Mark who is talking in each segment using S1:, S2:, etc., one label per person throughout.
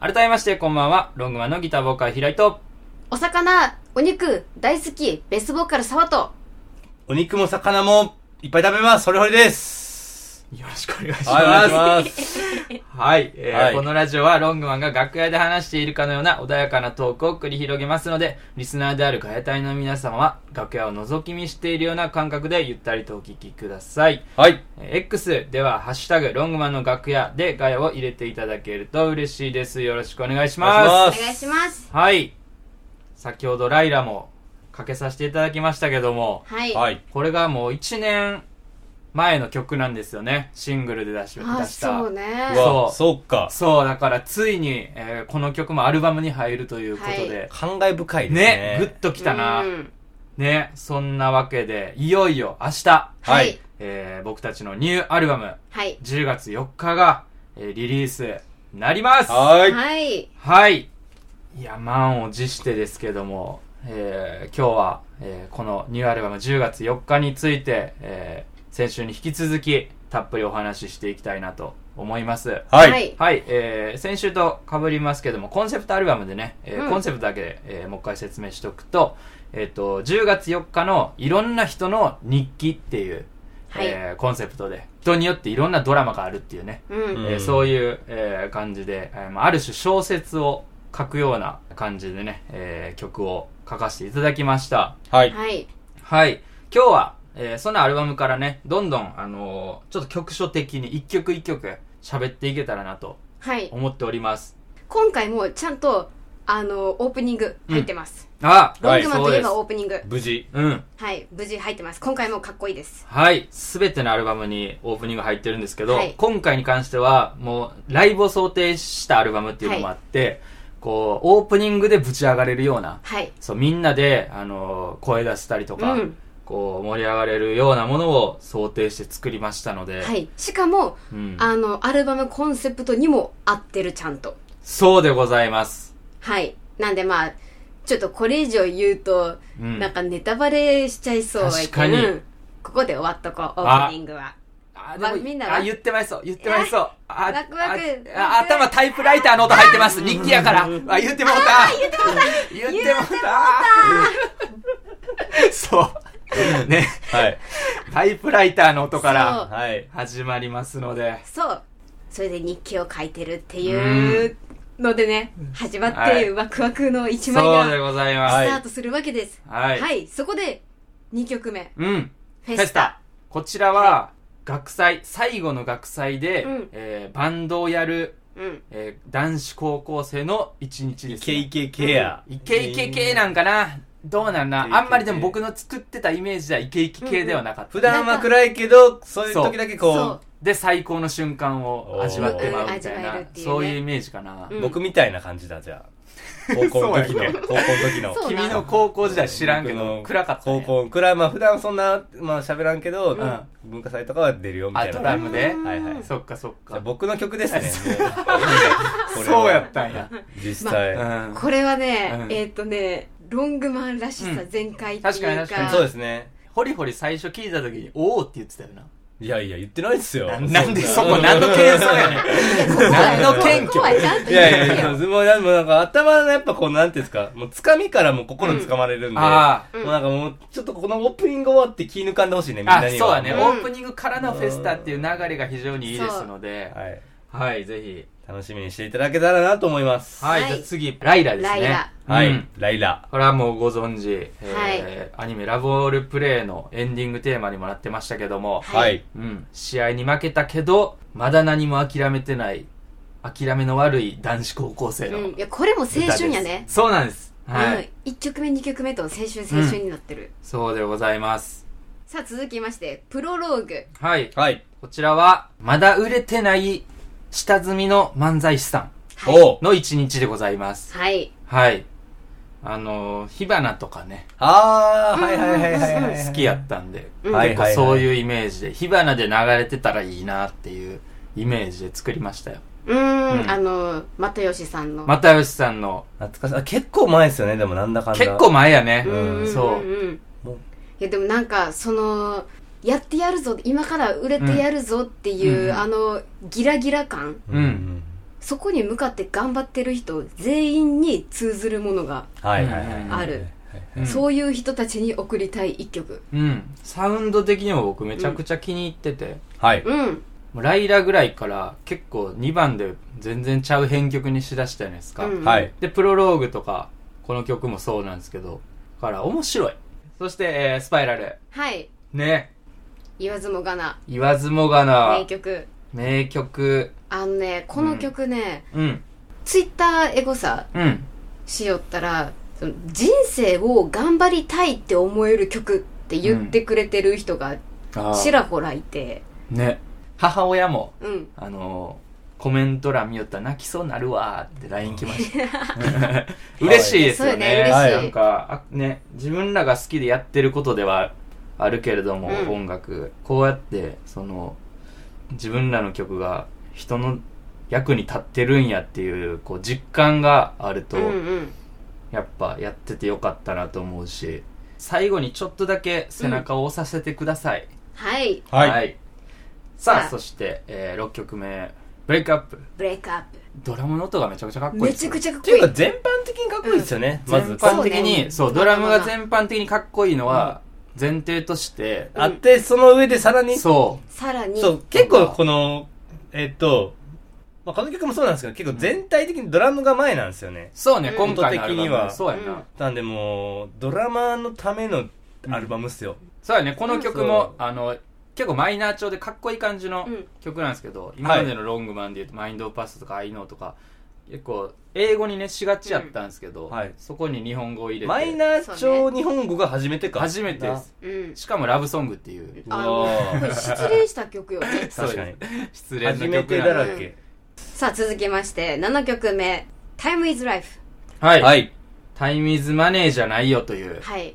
S1: 改めまして、こんばんは。ロングマンのギターボーカル、平井と。
S2: お魚、お肉、大好き、ベースボーカル、沢と。
S3: お肉も魚もいっぱい食べます。それほれです。
S1: よろしくお願いし
S3: はい、お願いし
S1: ます。
S3: ます。
S1: はい、えー
S3: はい
S1: このラジオはロングマンが楽屋で話しているかのような穏やかなトークを繰り広げますので、リスナーであるガヤ隊の皆さんは、楽屋を覗き見しているような感覚でゆったりとお聞きください。
S3: はい。
S1: えー X では、ハッシュタグ、ロングマンの楽屋でガヤを入れていただけると嬉しいです。よろしくお願いし
S3: お願
S1: ま
S3: い
S1: す。
S2: お
S3: します
S2: 願いします。
S1: はい。先ほどライラもかけさせていただきましたけども、
S2: はい。。
S3: はいい。
S1: これがもう1年前の曲なんですよね。シングルで出し出
S2: あ、
S1: した。
S2: そうね
S3: う。
S1: わ
S3: わ、そうか。
S1: そう、だからついに、えーこの曲もアルバムに入るということで。
S3: 感慨深いです
S1: ね
S3: ね。、
S1: ぐっときたな
S2: う。ん
S1: ね、そんなわけで、いよいよ明日、
S2: は
S3: はいい。
S1: えー僕たちのニューアルバム、
S2: はい。
S1: 10月4日が、えーリリースなります
S3: はい。
S2: はい。
S1: はい。いや、満を持してですけども、えー今日は、えーこのニューアルバム10月4日について、えー先週に引き続きたっぷりお話ししていきたいなと思います。
S3: はい。
S1: はい、えー先週と被りますけども、コンセプトアルバムでね、えー
S2: うん
S1: コンセプトだけで、えーもう一回説明しておくと、えっ、と、10月4日のいろんな人の日記っていう、
S2: はい
S1: えーコンセプトで、人によっていろんなドラマがあるっていうね、
S2: うん。
S1: えー
S3: うん
S1: そういう、えー感じで、えーまあ、ある種小説を書くような感じでね、えー曲を書かせていただきました。
S3: はい。
S2: はい。
S1: はい。今日は、えーそのアルバムからね、どんどん、あのーちょっと局所的に一曲一曲喋っていけたらなと
S2: はい。
S1: 思っております。
S2: 今回もちゃんと、あの、オープニング入ってます。
S1: あ、
S2: ロ
S3: は
S2: ン
S3: い
S2: グマン
S1: そ
S2: と
S1: う
S2: いえ
S1: です
S2: ば。オープニング。
S3: 無事。
S1: うん。
S2: はい。無事入ってます。今回もかっこいいです。
S1: はい。すべてのアルバムにオープニング入ってるんですけど、
S2: はい
S1: 今回に関しては、もう、ライブを想定したアルバムっていうのもあって、こう、オープニングでぶち上がれるような、
S2: はい。
S1: そう、みんなで、あのー声出したりとか、
S2: うん
S1: こう、盛り上がれるようなものを想定して作りましたので、
S2: はい。しかも、
S1: うん、
S2: あの、アルバムコンセプトにも合ってる、ちゃんと。
S1: そうでございます。
S2: はい。なんでまあ、ちょっとこれ以上言うと、
S1: うん
S2: なんかネタバレしちゃいそうやけど
S1: 確かに
S2: うんここで終わっとこう、オ
S1: あ
S2: ープニングは。
S1: あ、
S2: まあみんなは
S1: あ、言ってまいそう、言ってまいそう。あ、
S2: ワクワク
S1: ああ頭タイプライターの音入ってます。日記やから。あ、言ってもうた。言ってもうた。言ってもうた。そう。ね、
S3: はい。
S1: タイプライターの音から
S3: はい。
S1: 始まりますので。
S2: そう。それで日記を書いてるっていうのでね、始まっ
S1: は
S2: て
S1: い
S2: ワクワクの一枚
S1: そうで
S2: が
S1: ござい
S2: スタ
S1: ます。
S2: ートするわけです。
S1: はい。
S2: はい、そこで2曲目、
S1: うん。
S2: フェ
S1: フェ
S2: ス
S1: スタ
S2: タ。
S1: こちらは学祭最後の学祭で、
S2: うん
S1: えーバンドをやる、
S2: うん。
S1: えー男子高校生の一日です、ね、
S3: KKK や。
S1: イケイケ系なん
S3: か。
S1: かなどうなんな
S3: イケイケ
S1: あんまりでも僕の作ってたイメージではイケイケ系ではなかった、
S3: 普段は暗いけど、そういう時だ
S2: そ
S3: けこ
S1: で最高の瞬間を味わってまうみたい
S2: おーうん味わ
S1: な、
S2: えるっていうね
S1: そういうイメージかな、
S2: う
S3: う、
S2: ん
S3: 僕みたいな感じだ、じゃあ。高校の時
S1: そうや
S3: の。
S1: ね
S3: 高校の時の。
S2: そう
S1: 君の高校時代知らんけ
S3: 僕
S1: ど
S3: の
S1: 暗かった、
S3: 高
S1: ね、
S3: 校、暗い。まあ普段そんな、まあ喋らんけど
S1: ん、
S3: 文化祭とかは出るよみたい
S1: あ
S3: な。
S1: ドラムで
S3: はいはい。
S1: そっかそっ
S3: じゃあ
S1: か
S3: 僕の 曲ですね。もうこれは
S1: そうやった んや、
S3: 実際。
S1: うん、
S2: これはね、
S1: うん
S2: えーっ、とね、ロングマンらしさ全開っていうか、
S1: うん確かに確かに
S3: そうですね。
S1: ホリホリ最初聞いた時に「おお」って言ってたよない
S3: やいや、言ってないっすよ。
S1: ななんでそこ何の謙遜やねん。何の謙
S2: ここはち
S1: 虚。
S2: ゃんと
S3: い
S2: 言っ
S3: や
S2: て
S3: い
S2: よ
S3: や、もうなんか頭のやっぱこうなんていうんですか、もう掴みからもう心掴まれるんで、
S1: あ
S2: うん
S3: もうなんかもうちょっとこのオープニング終わって気抜かんでほし いね、みん
S1: あ、
S3: な
S1: あ
S3: に
S1: そう
S3: は。
S1: だね。
S2: う
S1: オ
S2: ん
S1: ープニングからのフェスタっていう流れが非常にいいですので、
S3: はい。
S1: はい、ぜひ。
S3: 楽しみにしていただけたらなと思います。
S1: はい、
S2: はい
S1: じゃあ次、ライラですね。
S2: ライラ
S3: は
S1: う
S3: い
S1: ん。。
S3: ライラ。
S1: これはもうご存知、えーアニメラボールプレイのエンディングテーマにもなってましたけども、
S2: は
S3: はいい。
S1: うん、試合に負けたけど、まだ何も諦めてない、諦めの悪い男子高校生の
S2: うん、
S1: 歌
S2: いやこれも青
S1: です。
S2: 春やね。
S1: そうなんです。はい。
S2: うん、1曲目2曲目と青春青春になってる、
S1: そうでございます。
S2: さあ続きましてプロローグ
S1: はい。
S3: はい。
S1: こちらは、まだ売れてない下積みの漫才師さ
S2: はい
S3: おうん
S1: の一日でございます。
S2: はい
S1: はい。あのー、火花とかね、
S3: あー、はいはいはいはいはいはい。
S1: 好きやったんで、
S2: うん
S3: はい
S1: 結構そういうイメージで、火花で流れてたらいいなっていうイメージで作りましたよ。
S2: うーん
S1: うん
S2: あの又吉さんの、
S1: 又吉さんの、
S3: 懐かしい。あ、結構前ですよね、でもなんだかんだ。
S1: 結構前や
S2: うん
S1: ね。
S2: うんうんうん
S1: そう
S3: もう
S2: いやでもなんかそのやってやるぞ今から売れてやるぞってい
S1: う
S2: う、
S1: ん
S2: あのギラギラ感
S1: うん
S2: そこに向かって頑張ってる人全員に通ずるものが、
S3: はいはいはい
S1: うん
S2: ある。
S1: うん
S2: そういう人たちに送りたい一曲
S1: うん。サウンド的にも僕めちゃくちゃ気に入ってて、
S3: はい。
S2: うん
S1: もうライラぐらいから結構2番で全然ちゃう編曲にしだしたじゃないですか。
S2: うん
S3: はい。
S1: で、プロローグとか、この曲もそうなんですけど、だから面白い。そして、えースパイラル。
S2: はい
S1: ね。
S2: 言わずもがな
S1: 言わずもがな。
S2: 名曲
S1: 名曲。
S2: あのねこの曲ね、
S1: うん。
S2: ツイッターエゴサ
S1: うん。
S2: しよったらその人生を頑張りたいって思える曲って言ってくれてる人が
S1: あー
S2: ちらほらいて
S1: ね。母親も、
S2: うん
S1: あのーコメント欄見よったら泣きそうなるわーって LINE 来ました。 嬉しいですよね。
S2: そうよね嬉しい
S1: なんか、あね、自分らが好きでやってることではあるけれども、
S2: うん
S1: 音楽。こうやって、その、自分らの曲が人の役に立ってるんやっていう、こう、実感があると、
S2: うんうん
S1: やっぱやっててよかったなと思うし、最後にちょっとだけ背中を押させてください。
S2: はい
S3: はい。
S1: さ
S2: さ
S1: あ、
S2: あ
S1: そして、えー、6曲目、ブレイクアップ。
S2: ブレイクアッ
S1: ドラムの音がめちゃくちゃかっ
S2: プ
S1: こいい
S2: め
S1: で
S2: ち
S1: す。
S2: ゃくちゃかっ
S3: って
S2: こ
S3: い
S2: いうい
S3: か全般的にかっこいいですよね。まず
S1: 全。般的
S2: そう
S1: に、
S2: ね
S1: そう
S2: うん
S1: ドラムが全般的にかっこいいのは、前提として、
S3: あって、その上でさらに。そ
S1: そ
S2: さらに
S3: う、結構この、えっと、まあ、この曲もそうなんですけど、結構全体的にドラムが前なんですよね
S1: う、。そうね、
S2: うん
S1: 今回のアルバ
S3: 音的に
S1: ム
S3: は
S1: そうや
S2: う。
S1: なん
S3: なんでもう、ドラマーのためのアルバムっすよ。
S1: そうやね、この曲も、
S3: そ
S1: あの、結構マイナー調でかっこいい感じの
S2: うん
S1: 曲なんですけど、今までのロングマンで言うと、マインドオブパスとか、アイノーとか、結構、英語にね、しがちやったんですけど、
S3: うんはい
S1: そこに日本語を入れて、
S3: マイナー調日本語が初めてか。
S1: 初めてです。
S2: うん
S1: しかもラブソングっていう、
S2: あ
S3: う
S2: の
S3: わー
S2: これ失礼した曲よ ね
S3: 確かに。
S1: 失礼な
S3: 初
S1: 曲
S3: め
S1: なん
S3: て
S1: で
S3: だらけ。
S2: さあ続きまして7曲目「Time is Life
S1: はい。
S3: はい。
S1: タイムイズマネーじゃないよという」、
S2: はい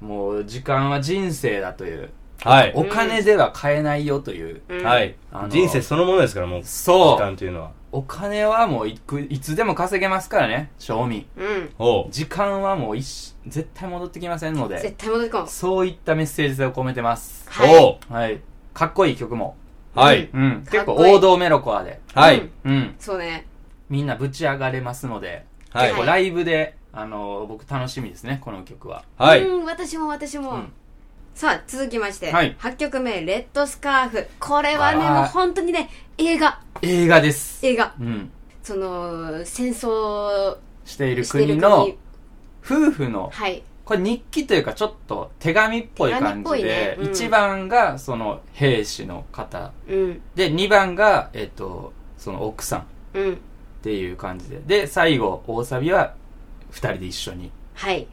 S1: もう時間は人生だという、
S3: はい。
S1: お金では買えないよという、
S2: うん
S3: はい
S1: あの。
S3: 人生そのものですから、もう、時
S1: そう、
S3: 間というのは。
S1: お金はもういくいつでも稼げますからね、賞味。
S2: うん
S3: おう。
S1: 時間はもう一生絶対戻ってきませんので、
S2: 絶対戻ってこん
S1: そういったメッセージ性を込めてます。
S2: はい
S3: おう。
S1: はい。かっこいい曲も。
S3: は
S2: う
S3: い
S2: ん。
S1: うん。
S2: か
S1: 結
S2: っ
S1: 構
S2: こいい
S1: 王道メロコアで。
S3: は
S2: う
S3: い
S2: ん。
S1: うん。
S2: そうね
S1: みんなぶち上がれますので、
S3: は
S1: 結構
S3: い。
S1: ライブで、あの僕楽しみですね、この曲は。
S3: はい。
S2: うん私も私も、
S1: うん
S2: さあ続きまして、
S1: はい
S2: 8曲目「レッドスカーフ」これはね
S1: あー
S2: もう本当にね映画
S1: 映画です。
S2: 映画
S1: うん。
S2: その戦争
S1: している
S2: してる
S1: 国
S2: 国
S1: の夫婦の、
S2: はい
S1: これ日記というかちょっと手紙っぽい感
S2: 手紙っぽ
S1: じ
S2: いね
S1: で、
S2: うん
S1: 一1番がその兵士の方、
S2: うん
S1: で、2番が、えっと、その奥さんっ
S2: うん
S1: ていう感じで、で、最後、大サビは2人で一緒に
S2: はい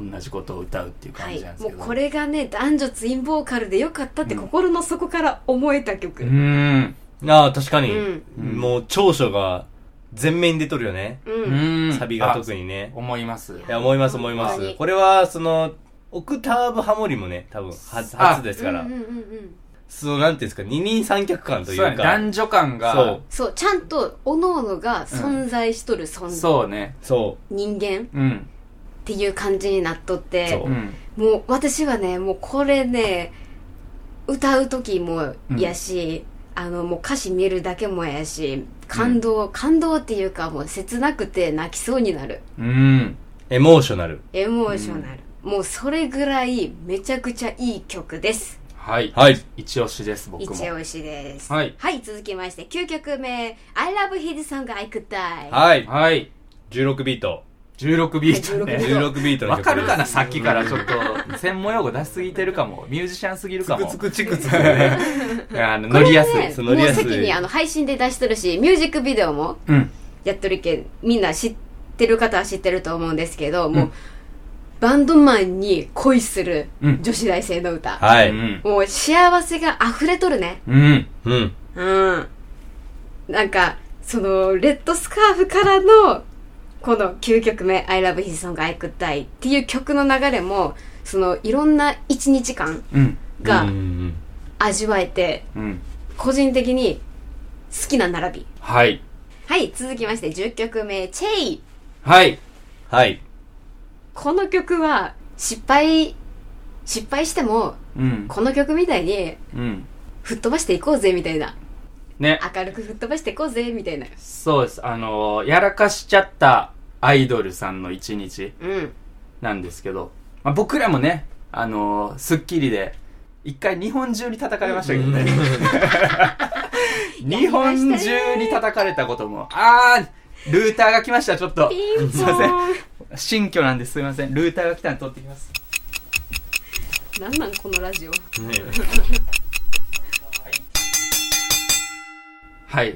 S1: 同じことを歌うっていう
S2: は
S1: 感じ
S2: い
S1: なんです
S2: も
S1: け
S2: う
S1: ど。
S2: これがね男女ツインボーカルでよかったって心の底から思えた曲、
S1: うーん。
S3: ああ、確かに。
S2: うん
S1: うん
S3: もう、長所が、全面に出とるよね。
S2: うん
S1: うーん。
S3: サビが
S1: あ
S3: 特にね。
S1: 思います。
S3: いや、思います、思いま
S2: 本当
S3: す。
S2: に
S3: これは、その、オクターブハモリもね、多分、初、初ですから
S2: うんう。んうんうん
S3: その、なんていうんですか、二人三脚感と
S1: そ
S3: いううか。
S1: やね男女感が、
S3: そう
S2: そうちゃんと各々が存在しとる存在、
S1: そうね。
S3: そ
S2: 人間っ
S1: うん。
S2: ていう感じになっとって
S3: そう
S1: うん。
S2: もう私はねもうこれね歌う時もやし、あのもう歌詞見るだけもやし感動、感動っていうかもう切なくて泣きそうになる
S1: うん。
S3: う。エモーショナル。
S2: エモーショナル、もうそれぐらいめちゃくちゃいい曲です
S1: はい。
S3: はい。
S1: 一押しです、僕
S2: 一
S1: も。
S2: 押しです
S1: はい
S2: 続きまして9曲目「I love his song I could die」
S3: はい。
S1: はい。
S3: 16ビート。
S1: 16ビートね。
S2: 16
S3: 16ビートの曲
S1: わ
S3: です。
S1: かるかなさっきからちょっと、専門用語出しすぎてるかも。ミュージシャンすぎるかも。
S3: つくつくチクつくね。
S1: あの、乗りやすい。
S2: ね
S3: そ
S2: も
S3: の
S2: う
S3: リアル
S2: 先にあの配信で出してるしミュージックビデオも
S1: うん。
S2: やっとるけんみんな知ってる方は知ってると思うんですけど、もうバンドマンに恋する
S1: うん
S2: 女子大生の歌、
S3: は
S1: う
S3: い。
S1: ん。
S2: もう幸せが溢れとるね
S1: うん。
S3: うん。
S2: うんなんかそのレッドスカーフからのこの9曲目「I love his song I could die」っていう曲の流れもそのいろんな1日間
S1: うん。
S2: が
S3: うん
S2: 味わえて
S1: うん。
S2: 個人的に好きな並び
S1: はい。
S2: はい続きまして10曲目「チェイ」
S1: はい。
S3: はい。
S2: この曲は失敗失敗しても
S1: うん。
S2: この曲みたいに
S1: うん。
S2: 吹っ飛ばしていこうぜみたいな
S1: ね。
S2: 明るく吹っ飛ばしていこうぜみたいな
S1: そうです。あのーやらかしちゃったアイドルさんの一日
S2: うん
S1: なんですけど、まあ、僕らもね、あのースッキリで、一回日本中に叩かれましたけど ね。日本中に叩かれたことも、あー、ルーターが来ました、ちょっと
S2: ピ。ン
S1: す
S2: ポ
S1: いません
S2: ーン
S1: 新居なんです、すいません。ルーターが来たんで取ってきます。
S2: なんなんこのラジオ
S1: はい。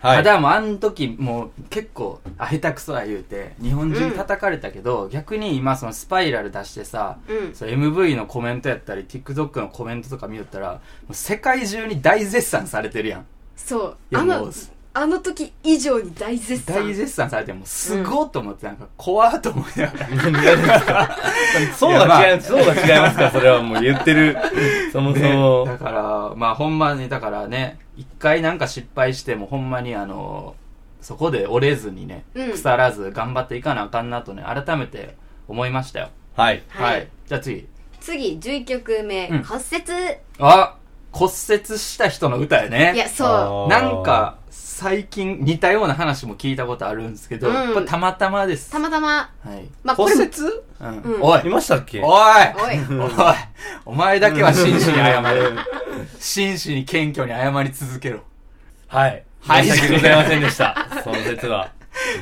S3: は
S1: た
S3: い。は
S1: だもうあの時もう結構あ下手くそや言うて日本人叩かれたけど、逆に今そのスパイラル出してさ、
S2: うん
S1: その MV のコメントやったり TikTok のコメントとか見よったらもう世界中に大絶賛されてるやん
S2: そう
S1: いや
S2: あ
S1: も
S2: の
S1: うす
S2: あの時以上に大絶賛
S1: 大絶賛されてもうすごっと思ってなんか怖っと思いながら、
S3: そうが違う、そうが違いますから、それはもう言ってる。そもそ
S1: ね
S3: も
S1: だ。からまあほんまにだからね一回なんか失敗してもほんまにあのそこで折れずにね、
S2: うん
S1: 腐らず頑張っていかなあかんなとね改めて思いましたよ
S3: はい。
S2: はい
S1: じゃあ次
S2: 次11曲目
S1: うん
S2: 「骨折」
S1: あ骨折した人の歌やね。
S2: いやそ
S1: なんか、最近似たような話も聞いたことあるんですけど、
S2: うん
S1: これたまたまです。
S2: うたまたま
S1: はい。
S2: まあこ
S3: 骨
S2: れ
S3: 折
S2: も
S1: うん
S2: うん
S1: おい
S3: いましたっけ
S1: おい
S2: おい
S1: おいお前だけは真摯に謝れ。真摯に謙虚に謝り続けろ。
S3: はい。
S1: はい
S3: 申し訳ございませんで した。その説は。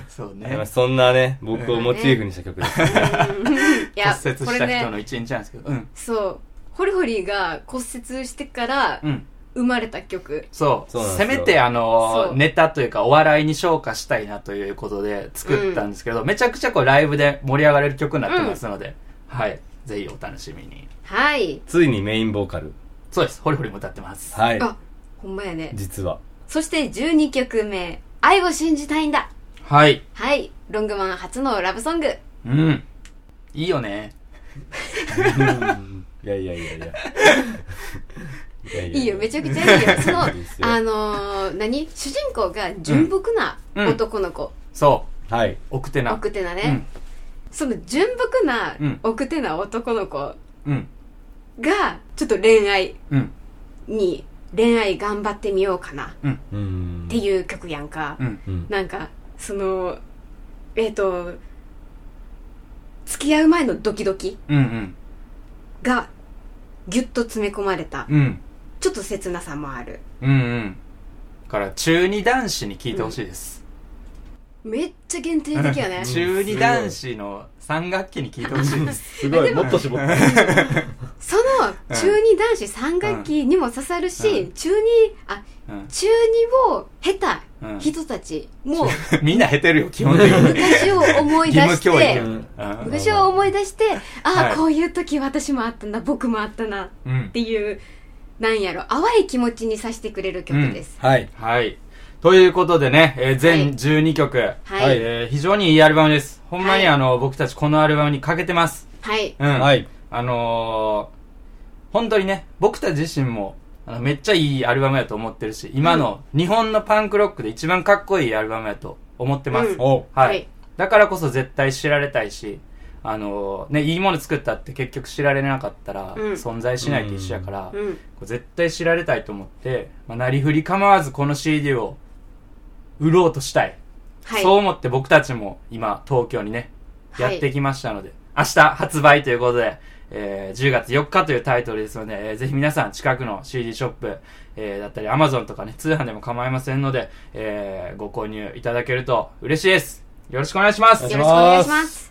S1: そう
S3: あり
S1: ね
S3: ま。すそんなね、僕をモチーフにした曲です。
S2: い
S1: 骨
S2: や
S1: 折
S2: こ
S1: し
S2: れ
S1: た人
S2: ね
S1: の一日なんですけど。うん。
S2: そうホリホリが骨折してから
S1: うん。
S2: 生まれた曲
S1: そう。
S3: そうなんです
S1: せ
S3: よ
S1: めて、あの
S2: そ
S1: ー、
S2: う
S1: ネタというか、お笑いに昇華したいなということで作ったんですけど、めちゃくちゃこう、ライブで盛り上がれる曲になってますので、はい。ぜひお楽しみに。
S2: はい
S3: ついにメインボーカル。
S1: そうです。ホリホリも歌ってます。
S3: はい。
S2: あほんまやね
S3: 実は。
S2: そして12曲目「愛を信じたいんだ
S1: はい。」
S2: はいロングマン初のラブソング
S1: うん。いいよね。
S3: いやいやいやいや。
S2: いいよめちゃ
S3: ゃ
S2: くちゃい いよその
S3: いいですよ
S2: あのー何主人公が純朴な
S1: うん
S2: 男の子、
S1: そ
S3: はい。
S1: う。奥手な。
S2: 奥手なね、その純朴な
S1: うん
S2: 奥手な男の子
S1: うん。うん。
S2: がちょっと恋愛
S1: うん。
S2: に恋愛頑張ってみようかなっ
S3: うん
S2: ていう曲やんか、
S1: うん。
S3: うん。
S2: なんかそのえっ、と付き合う前のドキドキ
S1: うん。うん。
S2: がギュッと詰め込まれた
S1: うん。
S2: ちょっと切なさもある
S1: うん。うん。だから、中二男子に聞いてほしいです。
S2: めっちゃ限定的やね
S1: 中二男子の3学期に聞いてほしい です。
S3: すごい、もっと絞って。
S2: その中二男子3学期にも刺さるし、
S1: う
S2: 中二あ
S1: うん。
S2: 中二を経た
S1: うん、
S2: 人たちも
S1: みんな減ってるよ、基本的に。
S2: 昔を思い出
S1: 義務
S2: し
S1: 教
S2: て
S1: 育。うん
S2: 昔を思い出してああ、
S1: はい
S2: こういう時私もあったな僕もあったなっ
S1: うん。
S2: ていうなんやろ淡い気持ちにさせてくれる曲です、
S3: はい。
S1: はい。ということでね、えー
S2: は
S1: 全
S2: い
S1: 12曲、
S2: はい
S1: えー非常にいいアルバムです。ほんまに
S2: はい
S1: あの、僕たちこのアルバムにかけてます。
S2: はい
S1: うん。
S3: はい。
S1: あのー、本当にね、僕たち自身も、あのめっちゃいいアルバムやと思ってるし、今の日本のパンクロックで一番かっこいいアルバムやと思ってます。
S2: うん
S3: お
S1: はい、
S2: はい
S1: だからこそ絶対知られたいし、あのーね、いいもの作ったって結局知られなかったら、
S2: うん
S1: 存在しないと一緒やから、こ
S2: うん
S1: う絶対知られたいと思って、まあ、なりふり構わずこの CD を売ろうとしたい。
S2: はい
S1: そう思って僕たちも今、東京にね、
S2: は
S1: や
S2: い
S1: ってきましたので、明日発売ということで、えー10月4日というタイトルですので、えーぜひ皆さん近くの CD ショップ、えーだったり Amazon とかね、通販でも構いませんので、えーご購入いただけると嬉しいです。よろしくお願いします。
S2: よろしくお願いし
S3: お
S2: ま
S3: 願いします